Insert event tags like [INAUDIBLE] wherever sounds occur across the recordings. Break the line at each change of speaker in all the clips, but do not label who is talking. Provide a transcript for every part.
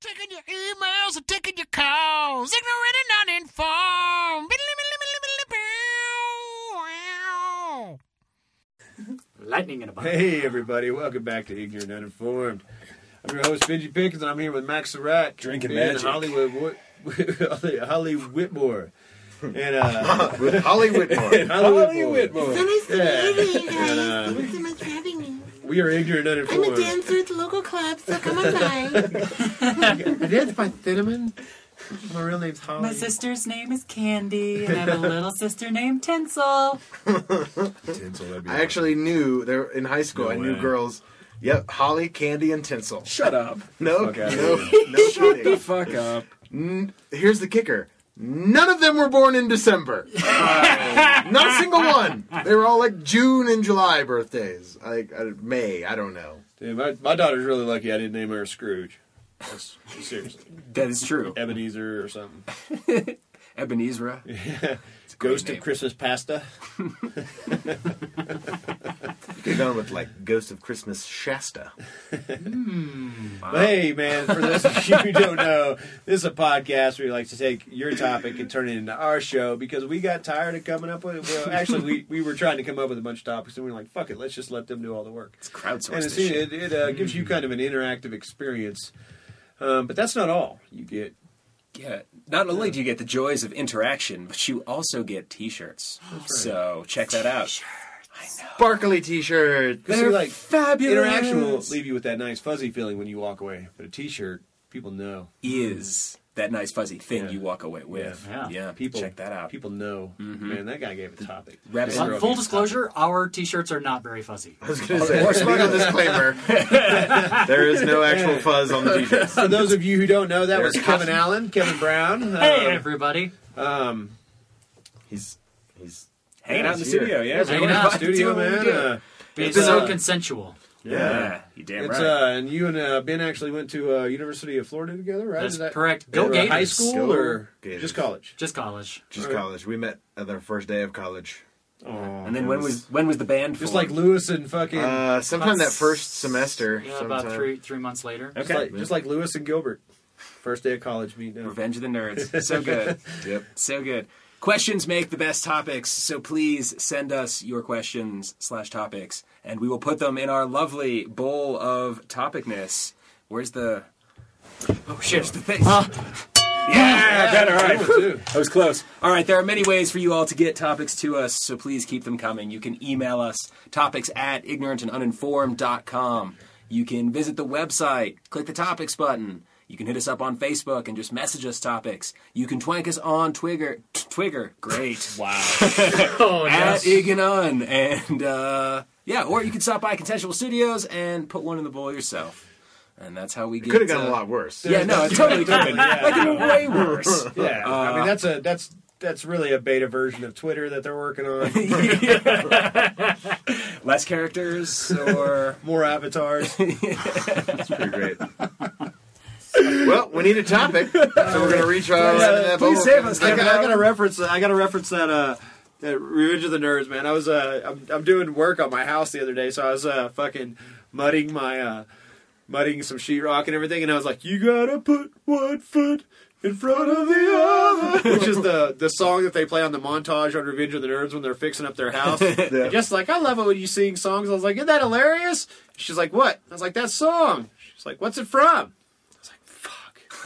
Taking your emails and taking your calls. Ignorant and uninformed. Lightning in a bottle.
Hey, everybody, welcome back to Ignorant Uninformed. I'm your host, Benji Pickens, and I'm here with Max Surratt.
Drinking
and
magic.
Hollywood, Wo- Holly- Holly Whitmore. And,
[LAUGHS]
uh,
With Hollywood
and
more.
Holly,
Holly
Whitmore.
Whitmore.
So nice to
Yeah.
meet you
Yeah.
guys. Thanks so much for having me.
We are Ignorant
I'm a
Uninformed.
dancer at the local club, so come
[LAUGHS]
on
[LAUGHS]
by.
It is by Cinnamon. My real name's Holly.
My sister's name is Candy, and I [LAUGHS] have a little sister named Tinsel.
Tinsel, that'd be
I actually knew there in high school.
No
I knew
way.
girls. Yep, Holly, Candy, and Tinsel.
Shut up.
No,
Fuck outta
no, no kidding.
Fuck up.
Here's the kicker. None of them were born in
[LAUGHS]
December. Not a single one. They were all like June and July birthdays. Like uh, May, I don't know.
Dude, my, my daughter's really lucky I didn't name her Scrooge. That's, seriously.
That is true.
Ebenezer or something. [LAUGHS]
Ebenezer.
Ghost
name.
of Christmas Pasta.
Could have gone with like Ghost of Christmas Shasta.
But hey, man, for those of you who don't know, this is a podcast where we like to take your topic and turn it into our show because we got tired of coming up with Well, actually, we, we were trying to come up with a bunch of topics and we were like, fuck it, let's just let them do all the work.
It's crowdsourced.
and
this
it's,
shit.
it, it uh, gives you kind of an interactive experience. Um, but that's not all you get.
Yeah. Not only do you get the joys of interaction, but you also get
[GASPS]
T-shirts. So check that out.
Sparkly T-shirt.
Because they're like
fabulous.
interaction will leave you with that nice fuzzy feeling when you walk away, but a T-shirt, people know.
is that nice fuzzy thing
Yeah.
you walk away with.
Yeah.
people
check that out.
People know. Man, that guy gave a topic.
Wraps
That
up-
girl
full
gave a
disclosure, our t-shirts are not very fuzzy.
I was gonna say legal disclaimer.
[LAUGHS]
there is no actual fuzz on the T-shirts.
topic. For those of you who don't know, that was
There's
Kevin Allen, Kevin Brown.
Hey,
Um,
everybody.
um,
He's he's
Hanging out in the
Yeah.
studio, Oh, yeah.
Hanging
We're
out in
about to
studio
do what we
man.
do.
Uh,
Being
it's,
so
uh,
consensual.
yeah.
yeah, you damn
It's,
right.
uh, and you and uh, Ben actually went to uh, University of Florida together, right?
That's
Is that-
correct. Go
or High
Gators.
school
Go
or
Gators.
just college?
Just college.
just college. We met at the first day of college.
Oh,
and then when was when was the band?
just
formed?
like Lewis and fucking
Uh, sometime that first semester.
Yeah,
sometime.
about three three months later.
just,
okay.
like, just like Lewis and Gilbert. First day of college meeting. up.
Revenge of the
[LAUGHS]
Nerds. So good.
Yep.
So good. Questions make the best topics, so please send us your questions slash topics, and we will put them in our lovely bowl of topicness. Where's the [LAUGHS]
Oh shit.
the thing? yeah, better. All right,
Cool, too.
[LAUGHS] that was close. All right, there are many ways for you all to get topics to us, so please keep them coming. You can email us topics at ignorantanduninformed.com. You can visit the website, click the topics button. You can hit us up on Facebook and just message us topics. You can twank us on Twigger. T- Twigger,
[LAUGHS]
great. [LAUGHS] Wow.
Oh,
at
yes.
Iganon. And uh, yeah, or you can stop by Consensual Studios and put one in the bowl yourself. And that's how we get.
Could have gotten
uh,
a lot worse.
Yeah, no, it totally could
[LAUGHS]
have been.
Yeah.
Like, in way worse.
Yeah, I mean that's a that's that's really a beta version of Twitter that they're working on.
[LAUGHS] Less characters, or
More avatars.
It's pretty great. well, we need a topic, so we're gonna reach out.
Please save us, Kevin. I
Um,
gotta reference. I gotta reference that. Uh, that Revenge of the Nerds, man. I was uh, I'm, I'm doing work on my house the other day, so I was uh, fucking mudding my uh, mudding some sheetrock and everything, and I was like, "You gotta put one foot in front of the other," which is the the song that they play on the montage on Revenge of the Nerds when they're fixing up their house. And Just like I love it when you sing songs. I was like, "Isn't that hilarious?" She's like, "What?" I was like, "That song." She's like, "What's it from?"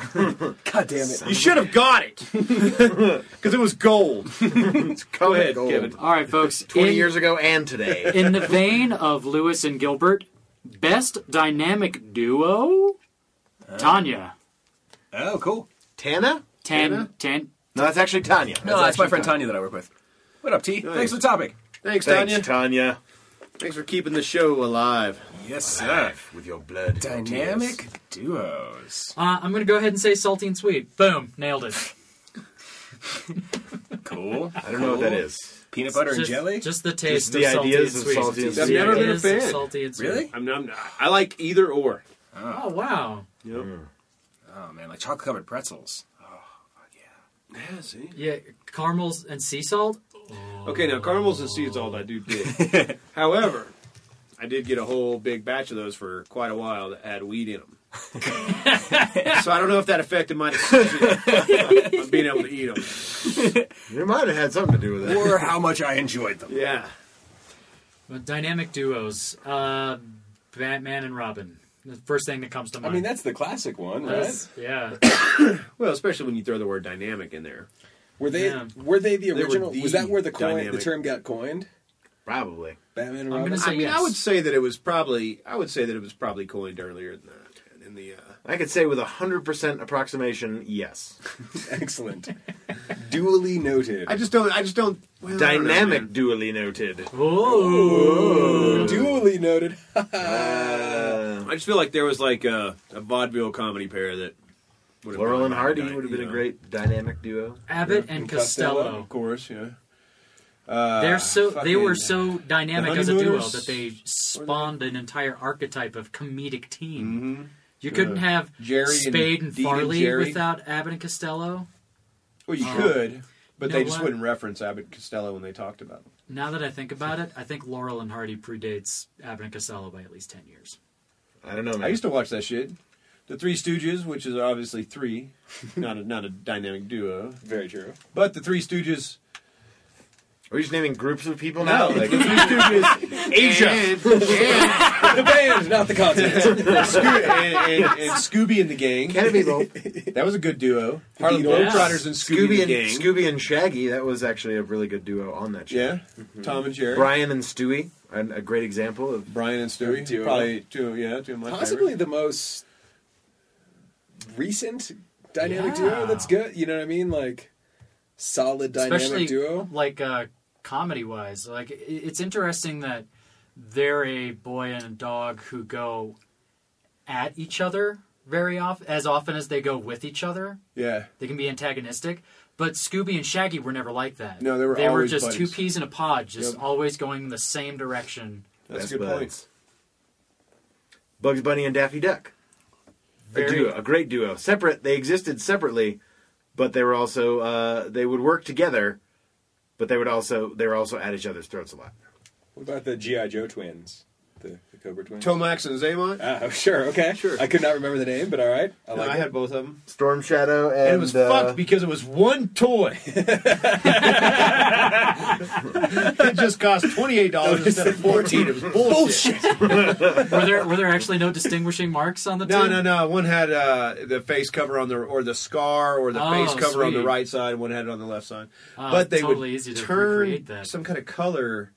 [LAUGHS] God damn it,
You should have got it [LAUGHS] because it was gold. Go ahead, Kevin.
All right, [LAUGHS] folks.
Twenty
in,
years ago and today.
in the vein of Lewis and Gilbert, best dynamic duo, Tanya.
Oh, cool.
Tana?
Tan, tan,
No, that's actually Tanya.
No, that's, my friend Tanya that I work with. What up, T? Thanks for the topic.
Thanks,
Thanks,
Tanya.
Tanya.
Thanks for keeping the show alive.
Yes, sir.
With your blood.
Dynamic duos.
Uh, I'm gonna go ahead and say salty and sweet. Boom, nailed it.
Cool.
I don't know what that is.
[LAUGHS] Peanut butter and
Just-
jelly.
Just the taste
the
of salty
ideas
and
of
sweet.
salty and
The
I've sweet. never been a
ideas of
fan.
Salty and sweet.
really?
I'm, I'm, I like either or.
Oh wow.
Oh man, like chocolate covered [LAUGHS] pretzels.
Yeah, see?
Yeah, caramels and sea salt.
Okay, now caramels and seeds, all I do [LAUGHS] [LAUGHS] dig. However, I did get a whole big batch of those for quite a while that had wheat in them. so I don't know if that affected my decision on being able to eat them.
It might have had something to do with it.
or how much I enjoyed them.
Yeah.
Well, Dynamic duos. Uh, Batman and Robin. The first thing that comes to
I
mind.
mean, that's the classic one, right?
That's- yeah.
Well, especially when you throw the word dynamic in there.
Were they
Yeah.
were they the
They were
original?
the
was that where the coin, the
dynamic.
term got coined?
Probably.
Batman and
I'm
Robin.
gonna
I
say
mean,
yes.
I would say that it was probably. I would say that it was probably coined earlier than that. In the uh,
I could say with a 100% approximation, yes.
[LAUGHS] Excellent. Duly noted.
I just don't. I just don't. Well, I don't know,
Dynamic
man.
dually noted.
Duly noted.
Uh,
I just feel like there was like a, a vaudeville comedy pair that. would've
Laurel
gone
and
by
Hardy
dy-
would have been
you
a
know.
great dynamic duo.
Abbott and Costello.
of course. Yeah. Uh,
They're so they were
fucking-
so dynamic as a duo
Honeymooners?
that they spawned an entire archetype of comedic team. You couldn't have
Mm-hmm. Jerry and
Spade and,
Dean and
Farley
Jerry.
without Abbott and Costello.
Well, you
Oh.
Uh,
could, but
you know
they just
what?
wouldn't reference Abbott Costello when they talked about them.
Now that I think about it, I think Laurel and Hardy predates Abbott and Costello by at least ten years.
I don't know, man.
I used to watch that shit. The Three Stooges, which is obviously three, not a, not a dynamic duo,
Very true.
but the Three Stooges.
Are we just naming groups of people
No,
now?
like
[LAUGHS]
the Three Stooges, Asia, and,
The band, not the continent.
Scoo- and, and, and Scooby and the Gang.
Can it
[LAUGHS]
be both?
That was a good duo. Harlem
Beatles.
Globetrotters and Scooby,
Scooby
and
and
the Gang.
Scooby and Shaggy. That was actually a really good duo on that show.
yeah, Tom and Jerry.
Brian and Stewie, an- a great example of
Brian and Stewie.
Duo.
Probably two. Yeah, two of
[LAUGHS]
my
Possibly
favorite.
the most recent dynamic
Yeah.
duo that's good. You know what I mean? Like solid dynamic
Especially
duo.
like uh, comedy wise, like i- it's interesting that they're a boy and a dog who go at each other very often, as often as they go with each other.
Yeah.
They can be antagonistic, but Scooby and Shaggy were never like that.
No, they were
They were
always
just
buddies.
two peas in a pod, just
Yep.
always going the same direction.
That's
Best
a good
Buds. Bugs Bunny and Daffy Duck. A
Very-
duo, a great duo. Separate, they existed separately, but they were also uh, they would work together, but they would also they were also at each other's throats a lot.
What about the GI Joe twins? The, the Cobra twins.
point. Tomax and Zaymont.
Ah, sure. Okay. Sure. I could not remember the name, but all right. I
No,
like
I
it.
had both of them.
Storm Shadow and,
And it was
uh,
fucked because it was
[LAUGHS]
one toy. [LAUGHS] it just cost twenty eight dollars instead of fourteen. It was bullshit.
were there were there actually no distinguishing marks on the
No,
two?
no, no. One had uh, the face cover on the or the scar or the
Oh,
face cover on the
sweet.
right side. One had it on the left side.
Oh,
but they
totally
would
easy to
turn
recreate that.
some kind of color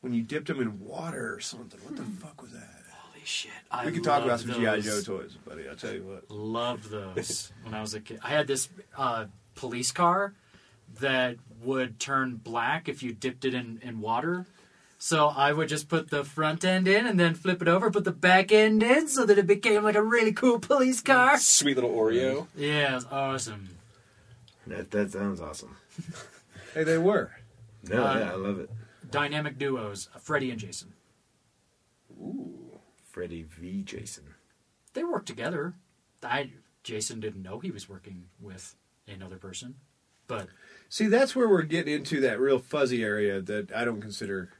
when you dipped them in water or something. What the fuck was that?
Holy shit! Hmm. I
We could talk about some
loved
GI Joe
those.
toys, buddy. I tell you what.
Loved those when I was a kid. I had this uh, police car that would turn black if you dipped it in, in water. So I would just put the front end in and then flip it over, put the back end in, so that it became like a really cool police car.
Sweet little Oreo.
Yeah, it was awesome.
that, that sounds awesome.
Hey, they were.
No,
Uh,
yeah, I love it.
Dynamic duos: Freddy and Jason.
Freddy v Jason.
They worked together. I Jason didn't know he was working with another person, but
See, that's where we're getting into that real fuzzy area that I don't consider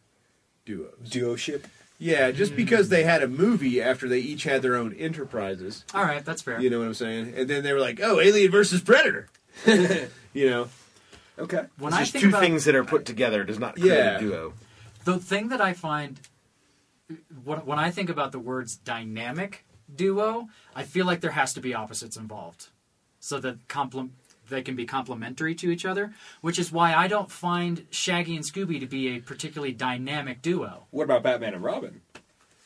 duos.
Duo ship.
Yeah, just because they had a movie after they each had their own enterprises.
all right, that's fair.
You know what I'm saying? And then they were like, "Oh, Alien versus Predator." [LAUGHS] you know,
Okay.
when
It's
I
just
think
two
about
things that are put together does not create
Yeah.
a duo.
the thing that I find when when I think about the words dynamic duo, I feel like there has to be opposites involved, so that complement they can be complementary to each other. Which is why I don't find Shaggy and Scooby to be a particularly dynamic duo.
What about Batman and Robin?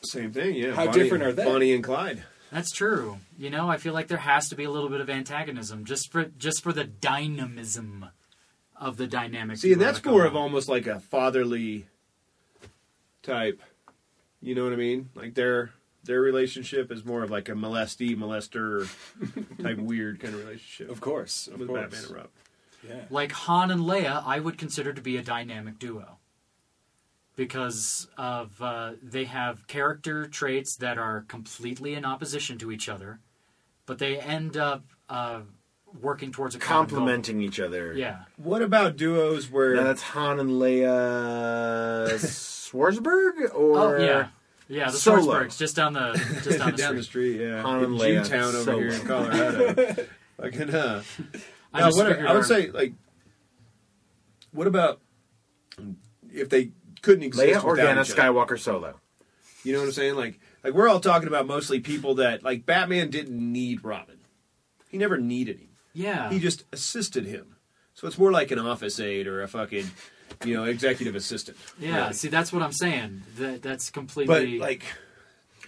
same thing. Yeah.
How
Bonnie-
different are they?
Bonnie and Clyde.
That's true. You know, I feel like there has to be a little bit of antagonism just for just for the dynamism of the dynamic.
See, and
duo
that's
to come
more of
on.
almost like a fatherly type. You know what I mean? Like their their relationship is more of like a molestee molester
[LAUGHS]
type weird kind of relationship.
Of course. Of
with
course.
Batman and Robin.
Yeah.
like Han and Leia, I would consider to be a dynamic duo because of uh, they have character traits that are completely in opposition to each other, but they end up uh, working towards a common goal.
Complementing each other.
Yeah,
What about duos where
Now that's Han and Leia Swarzberg, or
Oh, yeah. Yeah, the
Solo.
Schwartzbergs, just down the just
[LAUGHS]
down the
down the
street.
street, yeah.
Han and
In
Leia,
Jewtown over
so
here in
well.
Colorado.
[LAUGHS]
Fucking, uh,
I
no,
just
what,
figured
I
our-
would say, like, what about if they couldn't exist
Leia
without
Organa
each other?
Skywalker Solo.
You know what I'm saying? Like, like we're all talking about mostly people that, like, Batman didn't need Robin. He never needed him.
Yeah.
He just assisted him. So it's more like an office aide or a fucking, you know, executive assistant.
yeah,
really.
see that's what I'm saying. That that's
But
completely
like,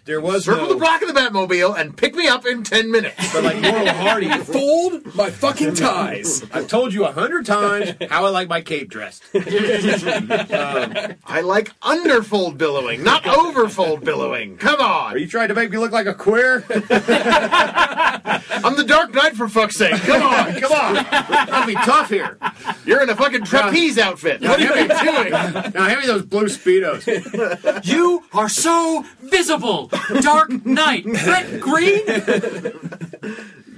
there was no,
Circle the block of the Batmobile and pick me up in ten minutes.
But like Laurel
[LAUGHS]
Hardy,
Fold my fucking ties.
I've told you a hundred times how I like my cape dressed.
I like underfold billowing, not overfold billowing. Come
Are
on,
you trying to make me look like a queer?
I'm the Dark Knight for fuck's sake. Come
[LAUGHS]
on,
Come on, gotta be tough here.
you're in a fucking trapeze outfit. What are you doing?
Now hand me those blue speedos.
you are so visible. Dark Knight, red, green.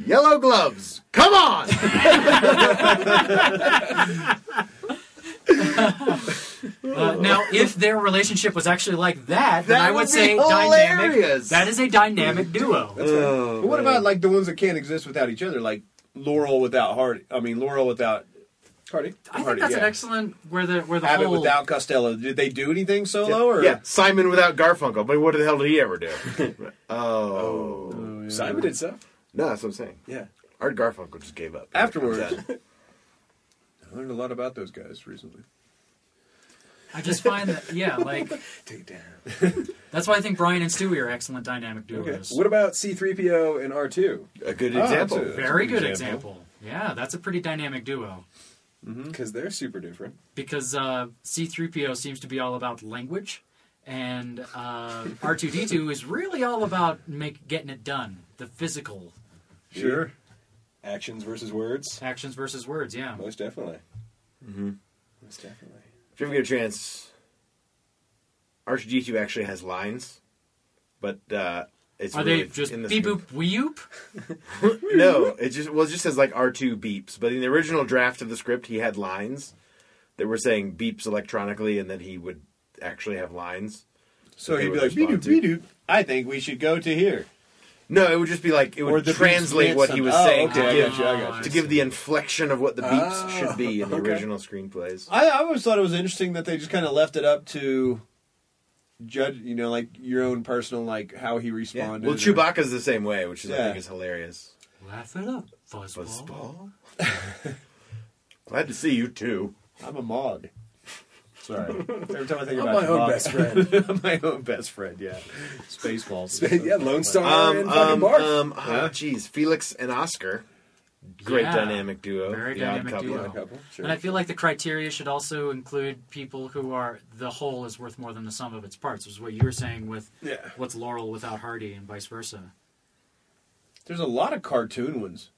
Yellow gloves. Come on.
[LAUGHS]
Uh, now, if their relationship was actually like that, then
That
I would,
would be
say dynamic.
hilarious.
That is a dynamic duo.
But what about like the ones that can't exist without each other, like Laurel without Hardy? I mean Laurel without Hardy.
I think
Hardy,
that's
yeah.
an Oh. excellent where the where the
Abbott
whole
without Costello. Did they do anything solo? Or
Yeah, Simon without Garfunkel. But what the hell did he ever do?
[LAUGHS]
oh.
Simon did stuff.
No, that's what I'm saying.
Yeah.
Art Garfunkel just gave up.
afterwards. I learned a lot about those guys recently.
I just find that yeah, like
Take it down.
that's why I think Brian and Stewie are excellent dynamic duos.
What about C3PO and R2?
A good
Oh,
example.
that's a-
Very
that's a
good example. Yeah, that's a pretty dynamic duo
Because they're super different.
because uh, C3PO seems to be all about language, and uh, R2D2 is really all about make getting it done, the physical
Sure.
Actions versus words.
actions versus words. Yeah,
Most definitely. Mm-hmm. Most definitely.
If you ever get a chance, R2D2 actually has lines, but uh, it's
are
really
they just
in this
beep boop
movie.
weep?
No, it just well, it just says like R2 beeps. But in the original draft of the script, he had lines that were saying beeps electronically, and then he would actually have lines.
So
They
he'd be
would
like, "Be
respond
doop,
to-
be doop. I think we should go to here.
No, it would just be like it
Or
would
the beeps
translate
meant
what he
something.
was
Oh,
saying
okay,
to
I
give
got you, I got
Oh,
to give the inflection of what the beeps
Oh,
should be in the
okay.
original screenplays.
I, I always thought it was interesting that they just kind of left it up to judge, you know, like your own personal, like how he
Yeah.
responded.
Well, Chewbacca's the same way, which is, I
Yeah.
think is hilarious.
Laugh it up, fuzzball.
[LAUGHS]
Fuzzball. Glad to see you too.
I'm a Mog. Sorry. Every time I think
I'm
about
my own
Chewbacca-
best friend.
[LAUGHS] I'm my own best friend. Yeah. Spaceballs.
[LAUGHS] [LAUGHS] yeah, Lone Star
Um,
and fucking
um,
Barf.
um, oh, geez, Felix and Oscar, great
Yeah.
dynamic duo.
Very
The odd
dynamic
couple.
duo.
Odd couple, sure.
And I feel like the criteria should also include people who are the whole is worth more than the sum of its parts, which is what you were saying with
Yeah.
what's Laurel without Hardy and vice versa.
There's a lot of cartoon ones.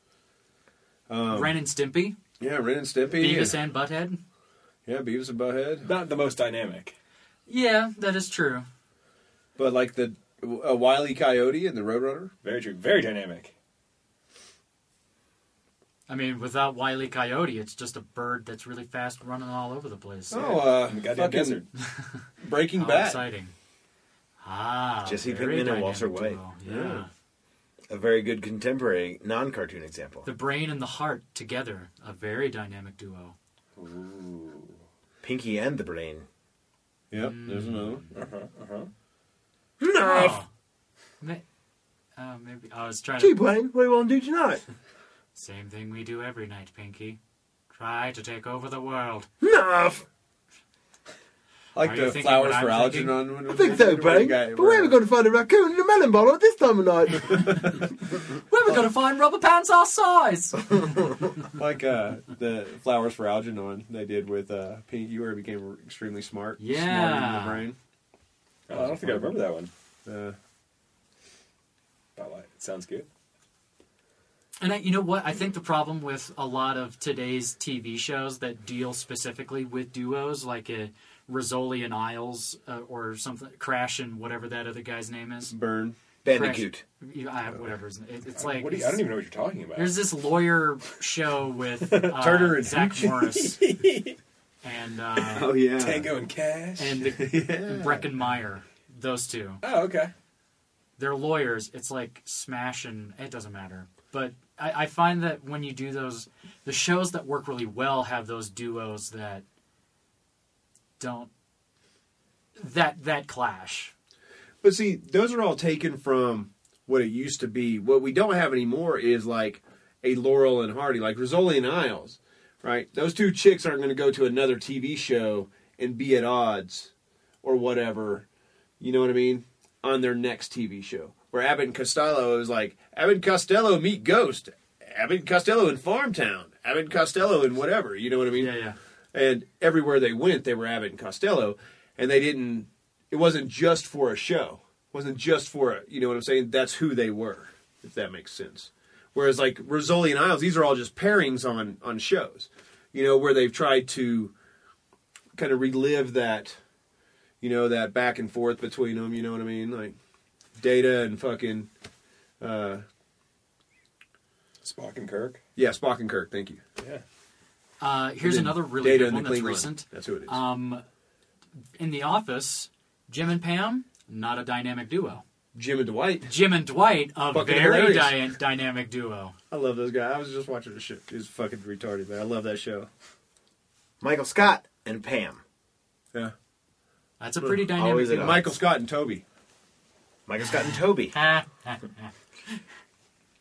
Ren and Stimpy,
Yeah, Ren and Stimpy.
Beavis and Butthead.
yeah, Beavis and Butthead.
Not the most dynamic.
Yeah, that is true.
But like the uh, Wiley Coyote and the Roadrunner.
Very true. Very dynamic.
I mean, without Wiley Coyote, it's just a bird that's really fast running all over the place.
Oh, uh,
In the goddamn
fucking
desert.
[LAUGHS] Breaking
[LAUGHS] How
Bad.
exciting. Ah,
Jesse
very
Pinkman and
dynamic
Walter White.
duo. Yeah.
A very good contemporary non-cartoon example.
The brain and the heart together, a very dynamic duo.
Pinky and the Brain.
Yep, there's another one.
Mm. Oh. Ma- uh, maybe I was trying to
Blaine, what do you want to do tonight?
[LAUGHS] Same thing we do every night, Pinky. Try to take over the world.
Enough.
I
Are
like
you
the
thinking
flowers
what
for
I'm thinking?
Algernon. when-
I think so,
when
Brain.
guy-
But where are we going to find a raccoon and a melon bottle at this time of night?
[LAUGHS]
Where are we going to find rubber pants our size?
Like uh, the flowers for Algernon they did with uh, Pinky, where he became extremely smart.
Yeah.
Smart in
Oh, I don't think I remember that one.
the brain. Uh,
But like, it sounds good.
[LAUGHS] And I, you know what? I think the problem with a lot of today's TV shows that deal specifically with duos, like a Rizzoli and Isles uh, or something, Crash and whatever that other guy's name is,
burn.
Bandicoot.
You- I, whatever. his- It, it's like
what do you, I don't even know what you're talking about.
There's this lawyer show
[LAUGHS]
with uh,
Turner and
Zach
[LAUGHS]
Morris and uh,
yeah.
Tango and Cash.
[LAUGHS]
and the, Breckenmeyer. Those two.
Oh, okay.
They're lawyers. It's like Smash and it doesn't matter. But I, I find that when you do those, the shows that work really well have those duos that don't that that clash.
But see, those are all taken from what it used to be. What we don't have anymore is like a Laurel and Hardy, like Rizzoli and Isles, right? Those two chicks aren't going to go to another TV show and be at odds or whatever. You know what I mean? On their next TV show, where Abbott and Costello is like Abbott and Costello meet Ghost, Abbott and Costello in Farmtown, Abbott and Costello in whatever. You know what I mean?
Yeah, yeah.
and everywhere they went they were abbott and costello and they didn't it wasn't just for a show it wasn't just for a you know what i'm saying that's who they were if that makes sense whereas like Rizzoli and isles these are all just pairings on on shows you know where they've tried to kind of relive that you know that back and forth between them you know what i mean like data and fucking uh
Spock and Kirk.
yeah spock and kirk thank you
Uh, here's
And then
another really
Data
good
and the
one that's
Klingon.
recent.
that's who it is
Um, in The Office, Jim and Pam, not a dynamic duo.
jim and dwight
Jim and Dwight, a
Fucking
very dy-
hilarious.
dynamic duo.
I love those guys. I was just watching the shit. He's fucking retarded, man. I love that show.
Michael Scott and Pam.
Yeah.
That's a pretty dynamic
Always
duo.
at odds.
Michael Scott and Toby.
Michael Scott and Toby.
Ah, ah.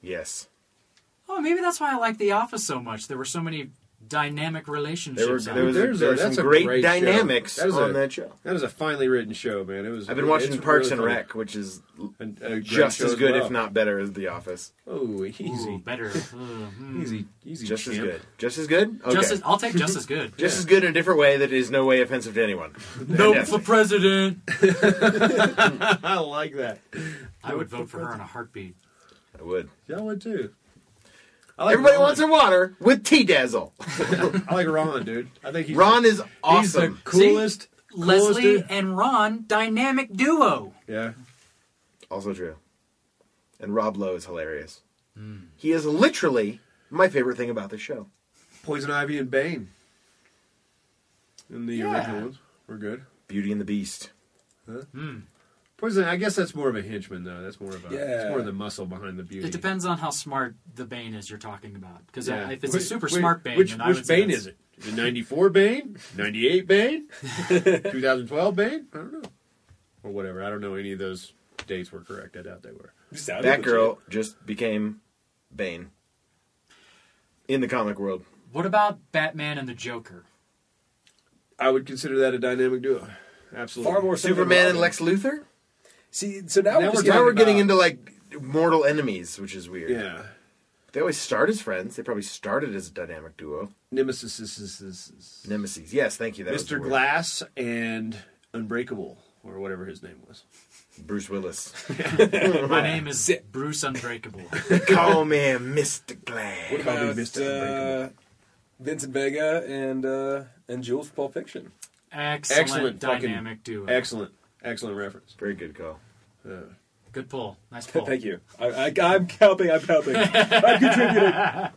Yes.
[LAUGHS] oh, maybe that's why I like The Office so much. There were so many dynamic relationships.
There were
on
there
There's a-
was,
it.
there was
that's
some
a
great,
great show.
dynamics
That was
on
a-
that show.
That is a finely written show, man. It was.
I've been
it's
watching Parks
really
and
funny.
Rec, which is
And a great
just
show
as good,
well.
if not better, as The Office.
Oh, easy,
Ooh, better.
[LAUGHS]
Uh, hmm.
easy, easy.
Just as
champ.
good. Just as good. Okay.
Just as, I'll take just as
[LAUGHS]
good.
Just as good in a different way that is no way offensive to anyone.
Nope
Yes.
for president.
I like that.
I would vote for her in a heartbeat.
I would.
Yeah, I would too. I like
Everybody
Ron.
wants their water with tea dazzle.
I like Ron, dude. I think he's
Ron is
he's
awesome.
the coolest. coolest
Leslie
dude.
and Ron, dynamic duo.
Yeah.
Also true. And Rob Lowe is hilarious. He is literally my favorite thing about this show.
Poison Ivy and Bane. In the
Yeah.
original ones, we're good.
Beauty and the Beast.
Poison. I guess that's more of a henchman, though. That's more of a.
Yeah.
It's more of the muscle behind the beauty.
It depends on how smart the Bane is you're talking about. Because
Yeah.
if it's a
Wait,
super
wait,
smart Bane,
which,
then I
which
would say
Bane
that's-
is it? Is it 94 Bane? 98
[LAUGHS]
Bane? 2012 Bane? I don't know. Or whatever. I don't know any of those dates were correct. I doubt they were.
Sounded
That
legit.
girl just became Bane. In the comic world.
What about Batman and the Joker?
I would consider that a dynamic duo. Absolutely.
Far more so than
Superman and
Robin.
Lex Luthor?
See, so now,
Now
we're,
we're
just
Now
talking
we're getting
about-
into like mortal enemies, which is weird.
Yeah.
They always start as friends. They probably started as a dynamic duo.
Nemesis is, is, is, is-
Nemesis. Yes, thank you. That was the
Mr.
word.
Glass and Unbreakable, or whatever his name was.
Bruce Willis.
[LAUGHS]
My name is Bruce Unbreakable.
Call me Mr.
What
Glass.
Probably
about
missed
uh,
Unbreakable.
Vincent Vega and uh, and Jules from Pulp Fiction?
Excellent,
Excellent fucking-
dynamic duo.
Excellent. Excellent reference.
Very good call.
Good pull.
[LAUGHS]
Nice pull.
Thank you. I, I, I'm helping. I'm helping. I'm contributing.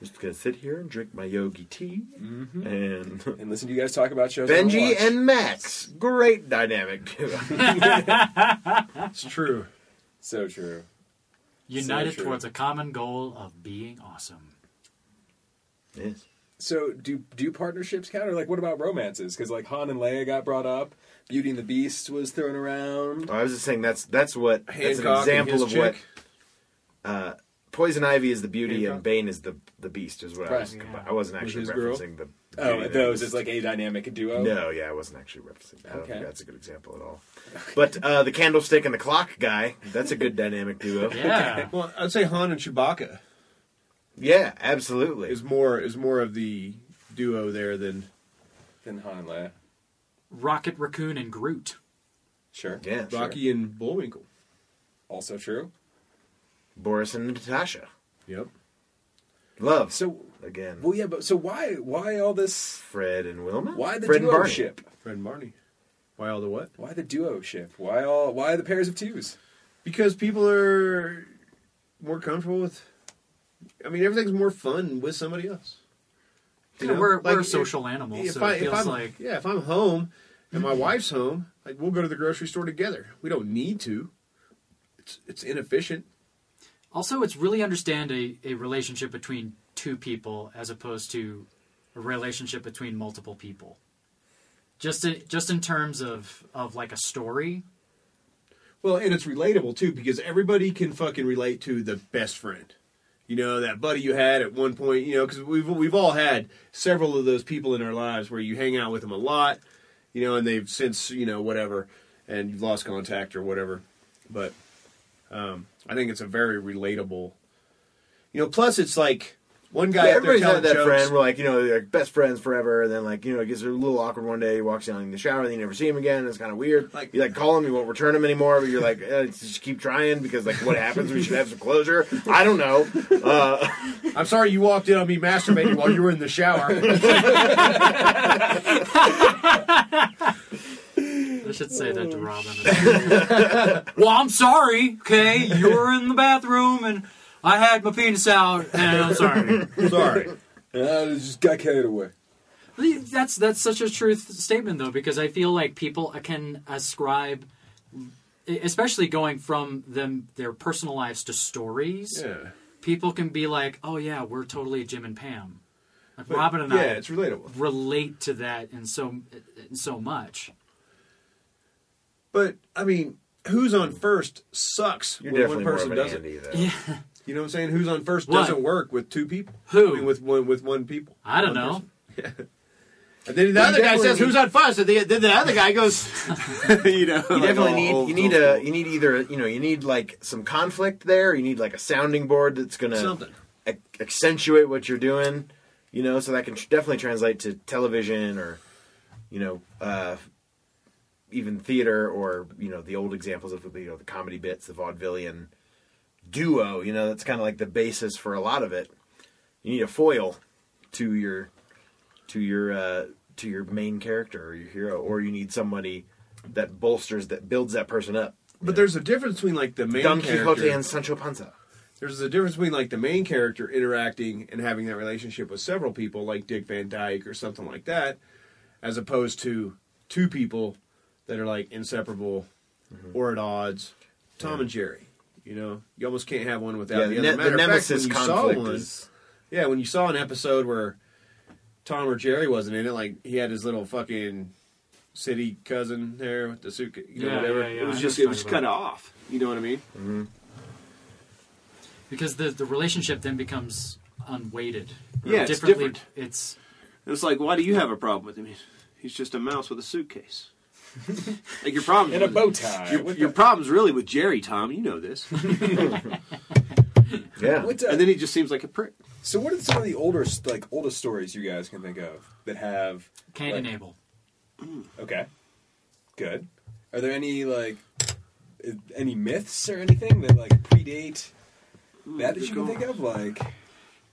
Just gonna sit here and drink my yogi tea
Mm-hmm.
and
And listen to you guys talk about shows. I wanna
Benji
watch.
and Max. Great dynamic [LAUGHS] duo.
It's true.
so true.
United
So true.
towards a common goal of being
[LAUGHS]
awesome.
yes.
So do do partnerships count, or like what about romances? Because like Han and Leia got brought up, Beauty and the Beast was thrown around.
Oh, I was just saying that's that's what that's
Hancock
an
and his
example of what
chick.
uh, Poison Ivy is the beauty
Hancock.
and Bane is the the beast is what I was.
Right.
combi- I wasn't
With
actually
his girl?
referencing the. Beauty
Oh,
and the
those
Beast.
is like a dynamic
Oh.
duo.
No, yeah, I wasn't actually referencing that. I don't
Okay.
think that's a good example at all. But uh, the candlestick and the clock guy, that's a good
[LAUGHS]
dynamic duo.
Yeah.
Well, I'd say Han and Chewbacca
Yeah, absolutely.
is more is more of the duo there than
Then Han and Leia.
Rocket Raccoon and Groot.
Sure.
yeah, sure.
Rocky and Bullwinkle.
Also true.
Boris and Natasha.
Yep.
Love.
So
again,
well, yeah, but so why why all this?
Fred and Wilma.
Why the
Fred and
duo
Barney.
ship?
Fred and Barney. Why all the what?
Why the duo ship? Why all? Why the pairs of twos?
Because people are more comfortable with. I mean, everything's more fun with somebody else. You
Yeah,
know?
we're
Like,
we're a
if-
social animals,
if
so
I-
it
if
feels
I'm-
like
yeah, if I'm home and my wife's home, like we'll go to the grocery store together. We don't need to. It's it's inefficient.
Also, it's really understand a, a relationship between two people as opposed to a relationship between multiple people. Just in, just in terms of, of like a story.
Well, and it's relatable too because everybody can fucking relate to the best friend. You know that buddy you had at one point. You know because we've we've all had several of those people in our lives where you hang out with them a lot. You know, and they've since you know whatever, and you've lost contact or whatever. But um, I think it's a very relatable. You know, plus it's like one guy out there
everybody's
telling
had that
jokes.
friend. We're like, you know, they're like best friends forever, and then like, you know, it gets a little awkward one day. He walks down in the shower, then you never see him again. And it's kind of weird.
Like-
you like call him, you won't return him anymore, but you're like, eh, just keep trying because like, what happens? We should have some closure. I
[LAUGHS]
don't know. Uh,
I'm sorry you walked in on me masturbating while you were in the shower.
[LAUGHS]
I should say that to Robin. well, I'm sorry, okay? You were in the bathroom and I had my penis out and I'm sorry.
sorry.
I just got carried away.
That's that's such a truth statement though, because I feel like people can ascribe, e, especially going from them their personal lives to stories.
Yeah.
People can be like, "Oh yeah, we're totally Jim and Pam." Like Robin and
yeah,
I
it's relatable.
relate to that in so in so much.
But I mean, who's on first sucks
you're
when
definitely
one
more
person
of an
doesn't.
Andy, though.
You know what I'm saying? Who's on first
What?
doesn't work with two people.
Who?
I mean, with one with one people.
I don't know.
[LAUGHS] And then the
Well,
other guy
definitely
says,
need-
"Who's on first?" And the, then the other guy goes, [LAUGHS] "You know." oh,
You definitely need you need a you need either you know you need like some conflict there. You need like a sounding board that's gonna
Something.
ac- accentuate what you're doing. You know, so that can tr- definitely translate to television or you know uh, even theater or you know the old examples of you know the comedy bits, the vaudevillian duo. You know, that's kind of like the basis for a lot of it. You need a foil to your to your uh, to your main character or your hero, or you need somebody that bolsters that builds that person up.
But there's a difference between like the main
Don
character.
Quixote and Sancho Panza.
There's a difference between like the main character interacting and having that relationship with several people, like Dick Van Dyke or something like that, as opposed to two people that are like inseparable or at odds. Tom and Jerry. You know, you almost can't have one without the
the,
other.
ne-
Matter
the
of fact,
nemesis
when you saw
conflict
one-
is
Yeah, when you saw an episode where Tom or Jerry wasn't in it, like he had his little fucking city cousin there with the suitcase, you know,
Yeah,
whatever.
yeah, yeah,
it was
I
just,
know
it
what
was
you're talking
kind of off. You know what I mean?
because the the relationship then becomes unweighted.
Yeah, it's
Differently-
different.
It's
It's like, why do you have a problem with him? He's just a mouse with a suitcase. like your problem
In a bow tie.
Your,
What
your
the-
problem's really with Jerry, Tom. You know
[LAUGHS]
this. and
yeah.
What the-
then he just seems like a prick.
so what are some of the older st- like oldest stories you guys can think of that have
Cain
like-
and Abel.
Okay, good. Are there any like uh, any myths or anything that like predate that that you can think of? Like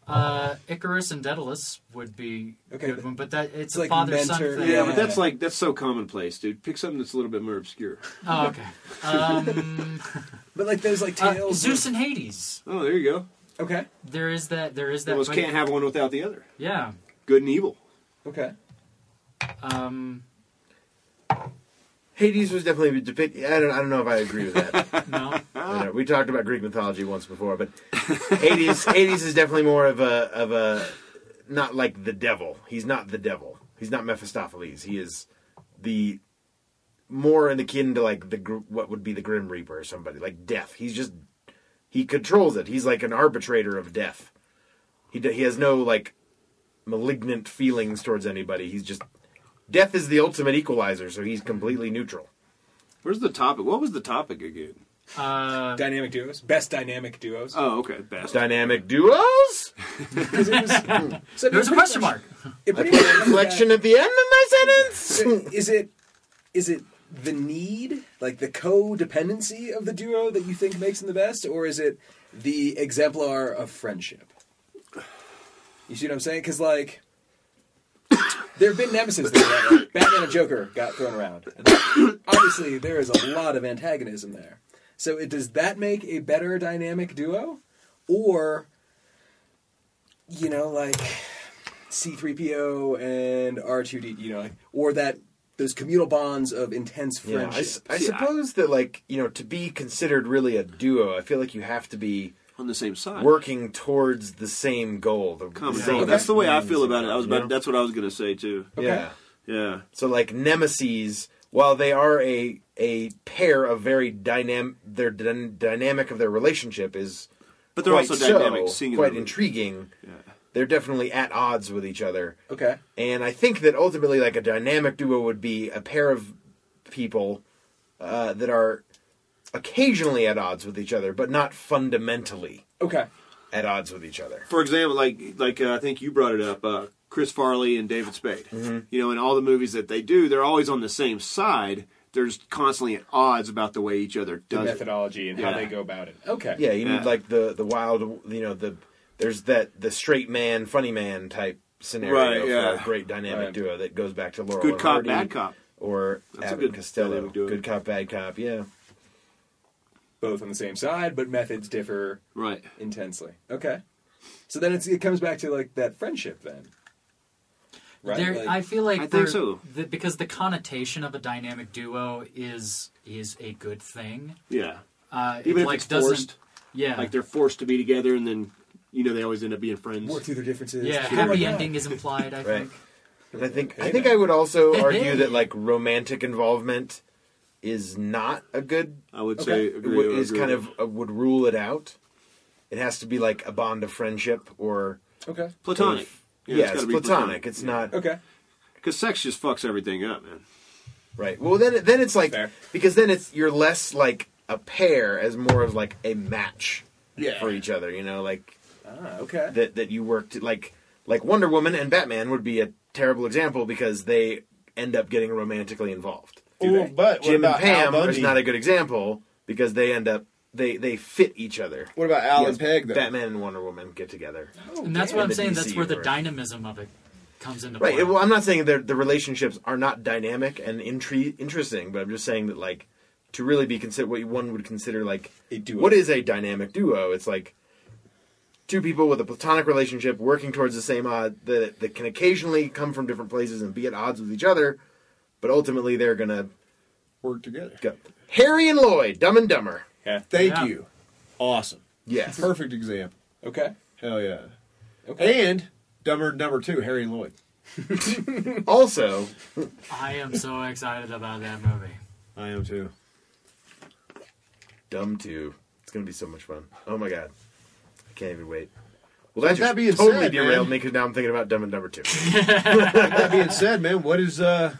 Uh, Icarus and Daedalus would be a
Okay,
good
but-
one, but that it's,
it's
a
like
father son
mentor-
thing.
Yeah, but that's like that's so commonplace, dude. Pick something that's a little bit more obscure.
Oh, okay. Um,
but like there's like
uh,
tales.
Zeus and Hades.
Oh, there you go.
of- okay,
There is that. There is
You
that.
almost
but-
can't have one without the other.
yeah.
Good and evil.
okay.
Um,
Hades was definitely depicted. I don't, I don't know if I agree with
[LAUGHS]
that.
no.
I don't know. We talked about Greek mythology once before, but Hades, Hades is definitely more of a of a not like the devil. He's not the devil. He's not Mephistopheles. He is the more in akin to like the gr- what would be the Grim Reaper or somebody like death. He's just he controls it. He's like an arbitrator of death. He d- he has no like malignant feelings towards anybody. He's just death is the ultimate equalizer, so he's completely neutral.
Where's the topic? What was the topic again?
Uh,
Dynamic duos, best dynamic [LAUGHS] duos.
Oh, okay, best.
[LAUGHS]
Dynamic duos?
[LAUGHS]
'Cause it was- so it
there's a
pretty
question
much-
mark.
It pretty much-
Inflection at the end of my sentence?
So is it is it the need like the codependency of the duo that you think makes them the best or is it the exemplar of friendship you see what i'm saying because like [COUGHS] there have been nemesis there like, batman and joker got thrown around And obviously there is a lot of antagonism there so it, does that make a better dynamic duo or you know like C3PO and R2D, you know, like, or that
those communal bonds of intense
Yeah, I,
friendship.
s- I suppose that like you know to be considered really a duo, I feel like you have to be
on the same side.
working towards the same goal. The
Common
same
goal. That's the way I
means
feel about it.
and
I was
goals,
about. That's what I was gonna say too.
you know? Yeah.
Yeah.
So like nemesis, while they are a a pair of very dynamic, their dyna- dynamic of their relationship is
But they're
quite
also
so,
dynamic, singular.
quite intriguing.
Yeah.
They're definitely at odds with each other.
okay.
And I think that ultimately, like a dynamic duo would be a pair of people uh, that are occasionally at odds with each other, but not fundamentally
Okay.
at odds with each other.
For example, like like uh, I think you brought it up, uh, Chris Farley and David Spade.
Mm-hmm.
You know, in all the movies that they do, they're always on the same side. They're just constantly at odds about the way each other
The
does it.
methodology and how
Yeah.
they go about it. Okay.
Yeah, you
Yeah.
need like the the wild, you know, the there's that the straight man, funny man type scenario
Right,
for
yeah.
a great dynamic
Right.
duo that goes back to Laurel
Good
and
cop,
Hardy
bad cop.
or
That's a
Abbott
good
and Costello.
dynamic duo.
Good cop, bad cop. Yeah.
Both on the same side, but methods differ
Right.
intensely. Okay. So then it's, it comes back to like that friendship then. Right?
There,
Like-
I feel like
I think
there-
so.
The, because the connotation of a dynamic duo is is a good thing.
Yeah.
Uh,
Even
it,
if
like
it's
doesn't-
forced,
yeah,
like they're forced to be together, and then you know they always end up being friends.
work through their differences.
yeah.
Sure.
Happy
Yeah.
ending is implied. I
Right.
think.
And I think I think I would also argue that like romantic involvement is not a good
I would
Okay.
say
it
agree,
would- is
agree.
kind of uh, would rule it out. It has to be like a bond of friendship or
Okay.
platonic.
yeah, it's,
gotta be
platonic. It's not
Okay.
Because sex just fucks everything up, man.
right. Well, then then it's like
Fair.
because then it's you're less like a pair as more of like a match
Yeah.
for each other. You know, like
Ah, okay.
that that you worked like like Wonder Woman and Batman would be a terrible example because they end up getting romantically involved.
Do they?
but
Jim and
what about
Pam
Al
is
Bundy?
not a good example because they end up they they fit each other.
What about Alan
Yes,
Pegg though?
Batman and Wonder Woman get together.
And that's
damn.
what I'm
The
saying.
DC
That's where the
version.
dynamism of it comes into
Right.
play.
Well, I'm not saying that the relationships are not dynamic and intri- interesting, but I'm just saying that like to really be considered what one would consider like
A duo.
what is a dynamic duo? It's like two people with a platonic relationship working towards the same odd that that can occasionally come from different places and be at odds with each other, but ultimately they're gonna
Work together.
go. Harry and Lloyd, Dumb and Dumber.
Thank
Yeah.
you. Awesome.
Yes.
Perfect example.
Okay.
Hell yeah.
Okay.
And Dumber and Dumber Two, Harry and Lloyd.
Also,
I
[LAUGHS]
am so excited about that movie.
I am too.
Dumb 2. It's going to be so much fun. Oh my god. I can't even wait. Well, that,
With that
just
being
totally
said,
derailed
man.
me because now I'm thinking about Dumb and Dumber 2.
That being said, man, what is uh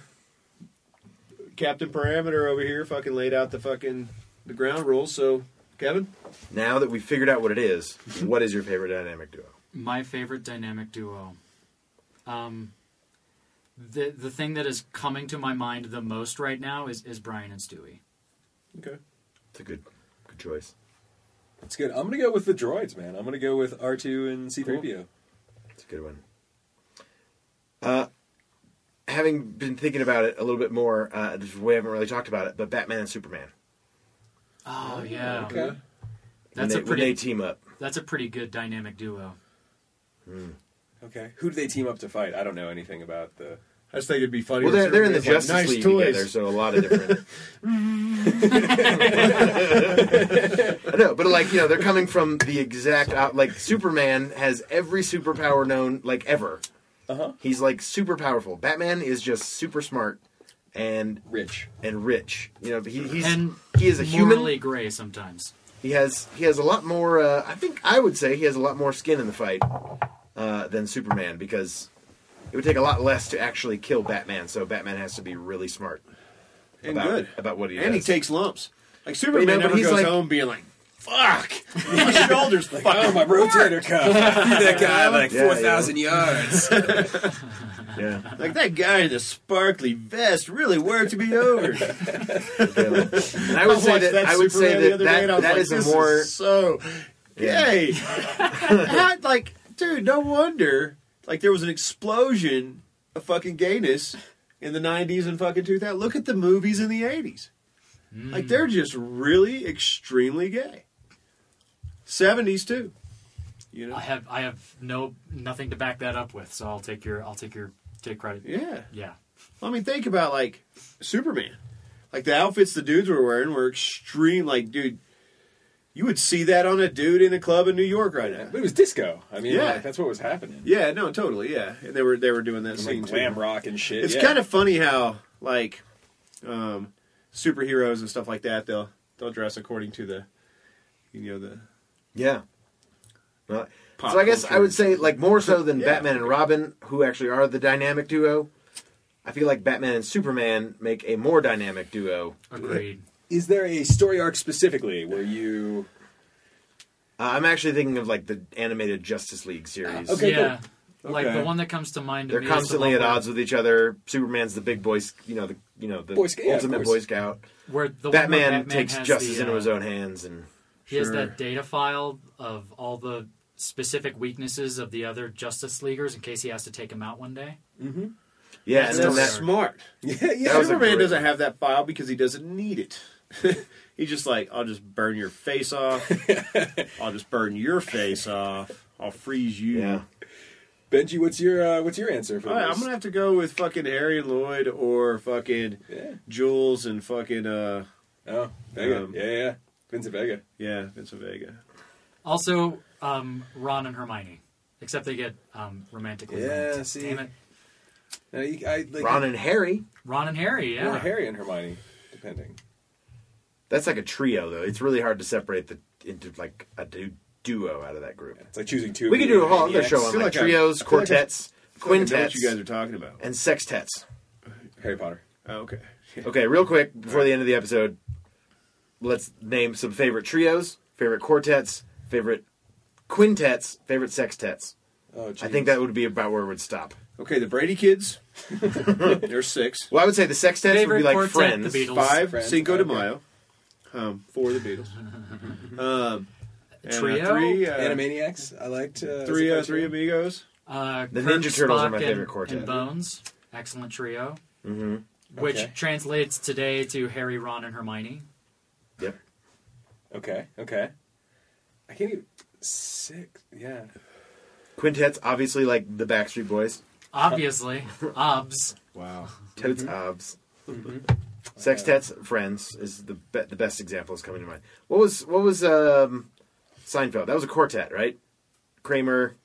Captain Parameter over here fucking laid out the fucking the ground rules, so Kevin?
now that we figured out what it is, what is your favorite dynamic duo?
My favorite dynamic duo. Um, the the thing that is coming to my mind the most right now is is Brian and Stewie.
Okay.
It's a good good choice.
It's good. I'm gonna go with the droids, man. I'm gonna go with R2 and C3PO.
It's a good one. Uh, having been thinking about it a little bit more, uh, we haven't really talked about it, but Batman and Superman.
Oh yeah,
Okay.
When
that's
they,
a
when they
pretty
team up.
that's a pretty good dynamic duo.
Okay. Who do they team up to fight? I don't know anything about the.
I just think it'd be funny.
Well,
if
they're, they're in the
everybody was
Justice
like,
League
toys.
together, so a lot of different. [LAUGHS] no, but like you know, they're coming from the exact out. Like Superman has every superpower known, like ever.
Uh-huh.
He's like super powerful. Batman is just super smart and
Rich.
and rich. You know, but he, he's
And
he is a
morally
human.
gray sometimes.
He has he has a lot more. Uh, I think I would say he has a lot more skin in the fight uh, than Superman because it would take a lot less to actually kill Batman. So Batman has to be really smart
and
about,
good.
about what he
and he
does.
takes lumps. Like Superman
know, but
never
he's
goes
like-
home being like,
[LAUGHS]
Fuck my shoulders fuck
Oh, my rotator
[LAUGHS]
cuff. that guy like
Yeah, yeah.
4,000 yards.
[LAUGHS]
yeah.
Like that guy in the sparkly vest really worked me
[LAUGHS]
over.
And I would say
watched
that, I
Superman
would say that that,
and I was
that
like,
is
"This
a more
so
Yeah. [LAUGHS]
gay. Not like, dude, no wonder. Like there was an explosion of fucking gayness in the '90s and fucking 2000. Look at the movies in the '80s. Like they're
Hmm.
just really extremely gay. '70s too. You know?
I have I have no nothing to back that up with, so I'll take your I'll take your take credit.
yeah.
Yeah.
I mean, think about like Superman. Like the outfits the dudes were wearing were extreme. Like, dude, you would see that on a dude in a club in New York right now.
But it was disco. I mean,
Yeah.
like, that's what was happening.
Yeah, no, totally, yeah. And they were they were doing that
And,
scene
like
too.
glam rock and shit.
It's
yeah.
kind of funny how like um, superheroes and stuff like that they'll they'll dress according to the you know the
Yeah. Well,
Pop
so I guess
culture.
I would say like more so than
Yeah.
Batman and Robin, who actually are the dynamic duo. I feel like Batman and Superman make a more dynamic duo.
Agreed.
Is there a story arc specifically where you? [LAUGHS]
Uh, I'm actually thinking of like the animated Justice League series.
Okay,
yeah. Like
Okay.
the one that comes to mind to
They're
me is the
constantly
one
at
where-
odds with each other. Superman's the big boy, sc- you know, the you know the
Boy Scout, yeah, of
ultimate
course.
boy scout.
where the one where
Batman,
Batman
takes
has
justice
the,
into
uh,
his own hands, and
He has
Sure.
that data file of all the specific weaknesses of the other Justice Leaguers in case he has to take him out one day.
yeah,
and
and
that's
then
That's the
that,
smart.
Yeah, yeah.
That was a
Superman
great-
doesn't have that file because he doesn't need it. [LAUGHS] He's just like, I'll just burn your face
[LAUGHS]
off. I'll just burn your face off. I'll freeze you.
yeah,
Benji, what's your uh, what's your answer for
All right,
this?
I'm gonna have to go with fucking Harry and Lloyd or fucking
Yeah.
Jules and fucking uh
Oh, Vega.
Um,
yeah, yeah, yeah. Vincent Vega.
yeah Vincent Vega.
Also, um, Ron and Hermione, except they get um, romantically
Yeah,
linked.
see.
Damn it.
Now, you, I, like,
Ron and Harry.
Ron and Harry, yeah.
or Harry and Hermione, depending.
That's like a trio, though. It's really hard to separate the into like a du- duo out of that group.
It's like choosing two.
We could do a whole other
maniacs.
show on
feel
like,
like I-
trios,
I feel like I-
quartets,
I know what
quintets,
you guys are talking about.
and sextets.
Harry Potter.
Oh, okay.
Okay, real quick before the end of the episode, let's name some favorite trios, favorite quartets, favorite quintets, favorite sextets.
Oh, geez.
I think that would be about where it would stop.
Okay, the Brady kids.
[LAUGHS]
There's six.
Well, I would say the sextets would
Favorite
be like
quartet,
friends.
the Beatles.
Five
Friends,
Cinco de
okay.
Mayo. Um, four the
[LAUGHS]
Beatles. Um and, uh,
Trio?
three uh,
Animaniacs. I liked uh,
three uh,
Surprise
three
Show.
amigos.
Uh,
The
Kirk,
Ninja Turtles are
Spock,
my
and-
favorite quartet.
And Bones, excellent trio,
hmm
which
Okay.
translates today to Harry, Ron, and Hermione.
Yep.
Okay, okay. I can't even six. Yeah,
Quintets, obviously, like the Backstreet Boys, [LAUGHS]
Obviously, obs.
Wow.
Totes
Mm-hmm.
Obs. Sextets, Friends is the be- the best example is coming to mind. What was what was um, Seinfeld? That was a quartet, right? Kramer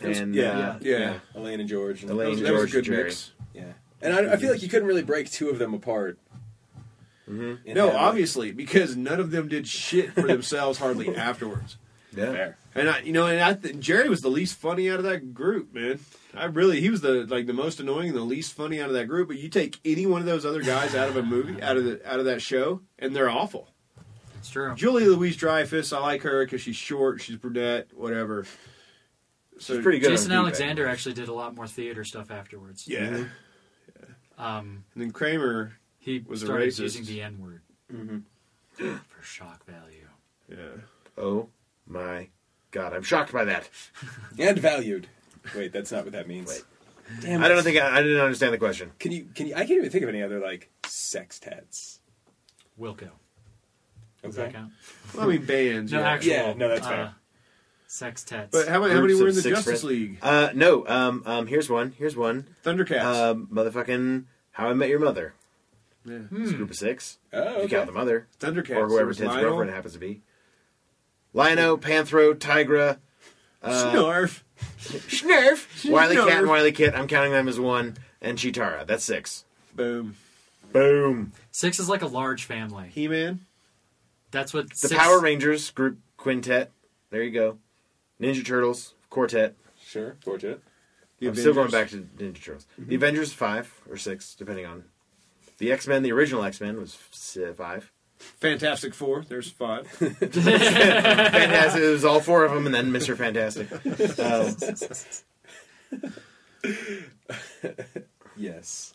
and
yeah,
uh,
yeah.
Elaine and George. And
Elaine,
That was- that was
George,
a good
and Jerry.
mix.
Yeah, and I, I feel like you couldn't really break two of them apart. Mm-hmm.
No, obviously, because none of them did shit for themselves hardly
[LAUGHS]
afterwards.
Yeah.
Fair.
And I, you know, and I th- Jerry was the least funny out of that group, man. I really, he was the like the most annoying and the least funny out of that group. But you take any one of those other guys out of a
[LAUGHS]
movie, out of the out of that show, and they're awful.
It's true.
Julie Louise Dreyfus, I like her because she's short, she's brunette, whatever. So
She's pretty good. on
Jason
feedback.
Alexander actually did a lot more theater stuff afterwards.
Yeah. And
Um,
then Kramer,
he
Was a
started
racist. Mm-hmm.
using the N word [GASPS] for shock value.
yeah.
Oh my god, I'm shocked by that.
And valued. Wait, that's not what that means.
Wait.
Damn.
I
it.
don't think I, I didn't understand the question.
Can you? Can you? I can't even think of any other like sextets.
Wilco. Does that count?
Well, I mean bands.
No,
yeah.
actual.
Yeah, no, that's fair.
Uh, sextets.
But how, many- how
Groups
many were
of
in the
six
Justice
friends.
League?
Uh, no, um, um, here's one. Here's one.
Thundercats.
Um, motherfucking How I Met Your Mother.
yeah.
It's a group of six.
Oh,
If you
okay.
count the mother.
Thundercats.
or whoever
There was
Ted's
Lionel,
girlfriend happens to be. Lino, Panthro, Tigra, uh,
Snarf.
Snurf, Wiley Cat,
Snurf.
and Wiley Kit. I'm counting them as one, and Chitara. That's six.
Boom.
Boom.
Six is like a large family.
He Man.
That's what
The
six,
Power Rangers group quintet. There you go. Ninja Turtles quartet.
Sure, Georgia.
The
I'm still going
Avengers. Mm-hmm.
back to Ninja Turtles. The Avengers five or six, depending on. The X Men, the original X Men was s- uh,
[LAUGHS]
five.
Fantastic Four. There's five.
Fantastic, it was all four of them, and then Mister
[LAUGHS]
Fantastic. Um,
Yes.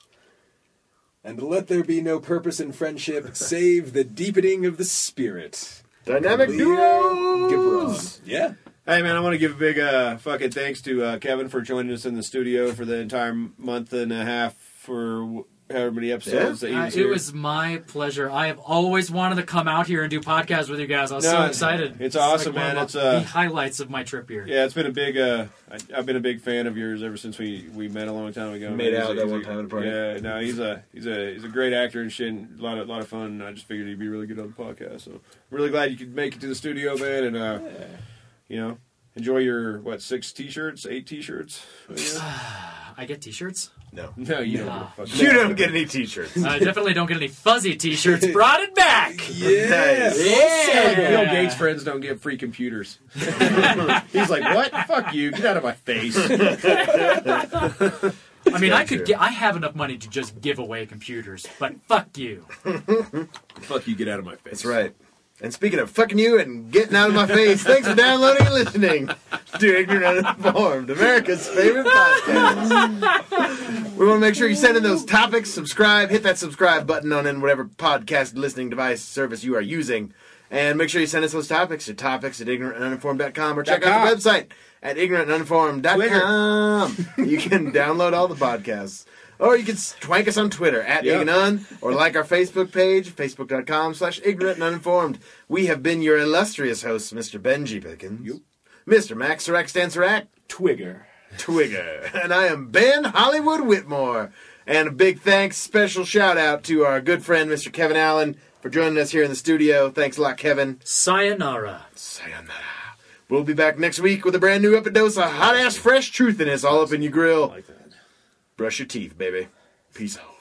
And let there be no purpose in
[LAUGHS]
friendship save the deepening of the spirit.
dynamic
Leo
duos.
Gibran. Yeah.
hey man, I want to give a big uh, fucking thanks to uh, Kevin for joining us in the studio for the entire month and a half for w- however many episodes that
Uh,
he was
it
here.
was my pleasure. I have always wanted to come out here and do podcasts with you guys. I was
No,
so
it's-
excited.
it's awesome,
one of
man.
my-
It's, uh,
the highlights of my trip here.
Yeah, it's been a big. Uh, I, I've been a big fan of yours ever since we, we met a long time ago.
Made
He's a-
out that
he's a-
one time at a party.
Yeah, no, he's a he's a he's a great actor and shit, and a lot of lot of fun. And I just figured he'd be really good on the podcast. So I'm really glad you could make it to the studio, man, and uh, you know, enjoy your what six t-shirts, eight
[SIGHS]
t-shirts.
I get T-shirts.
No.
No, you
Nah.
don't. Give a fuck.
You don't get any t-shirts.
[LAUGHS] I definitely don't get any fuzzy
[LAUGHS]
T-shirts. Brought it back.
Nice.
Bill
[LAUGHS]
Gates' friends don't get free [LAUGHS] computers. he's like, what? Fuck you! Get out of my face. [LAUGHS]
I mean, I
true.
could get. I have enough money to just give away computers, but fuck you.
fuck you! Get out of my face.
That's right. And speaking of fucking you and getting out of my face, thanks for downloading and listening to Ignorant Uninformed, America's favorite podcast. we want to make sure you send in those topics, subscribe, hit that subscribe button on in whatever podcast listening device service you are using. And make sure you send us those topics to topics at ignorantuninformed.com or check out the website at ignorantuninformed.com. [LAUGHS] you can download all the podcasts. Or you can s- twank us on Twitter at
Yeah.
Ignon or like our Facebook page, facebook.com slash ignorant and uninformed. We have been your illustrious hosts, Mr. Benji Pickens, Mr. Max Serac Stanserac,
Twigger.
Twigger, [LAUGHS] and I am Ben Hollywood Whitmore. And a big thanks, special shout out to our good friend, Mr. Kevin Allen, for joining us here in the studio. Thanks a lot, Kevin.
Sayonara.
Sayonara. We'll be back next week with a brand new episode of hot ass fresh truthiness all up in your grill. Brush your teeth, baby. Peace out.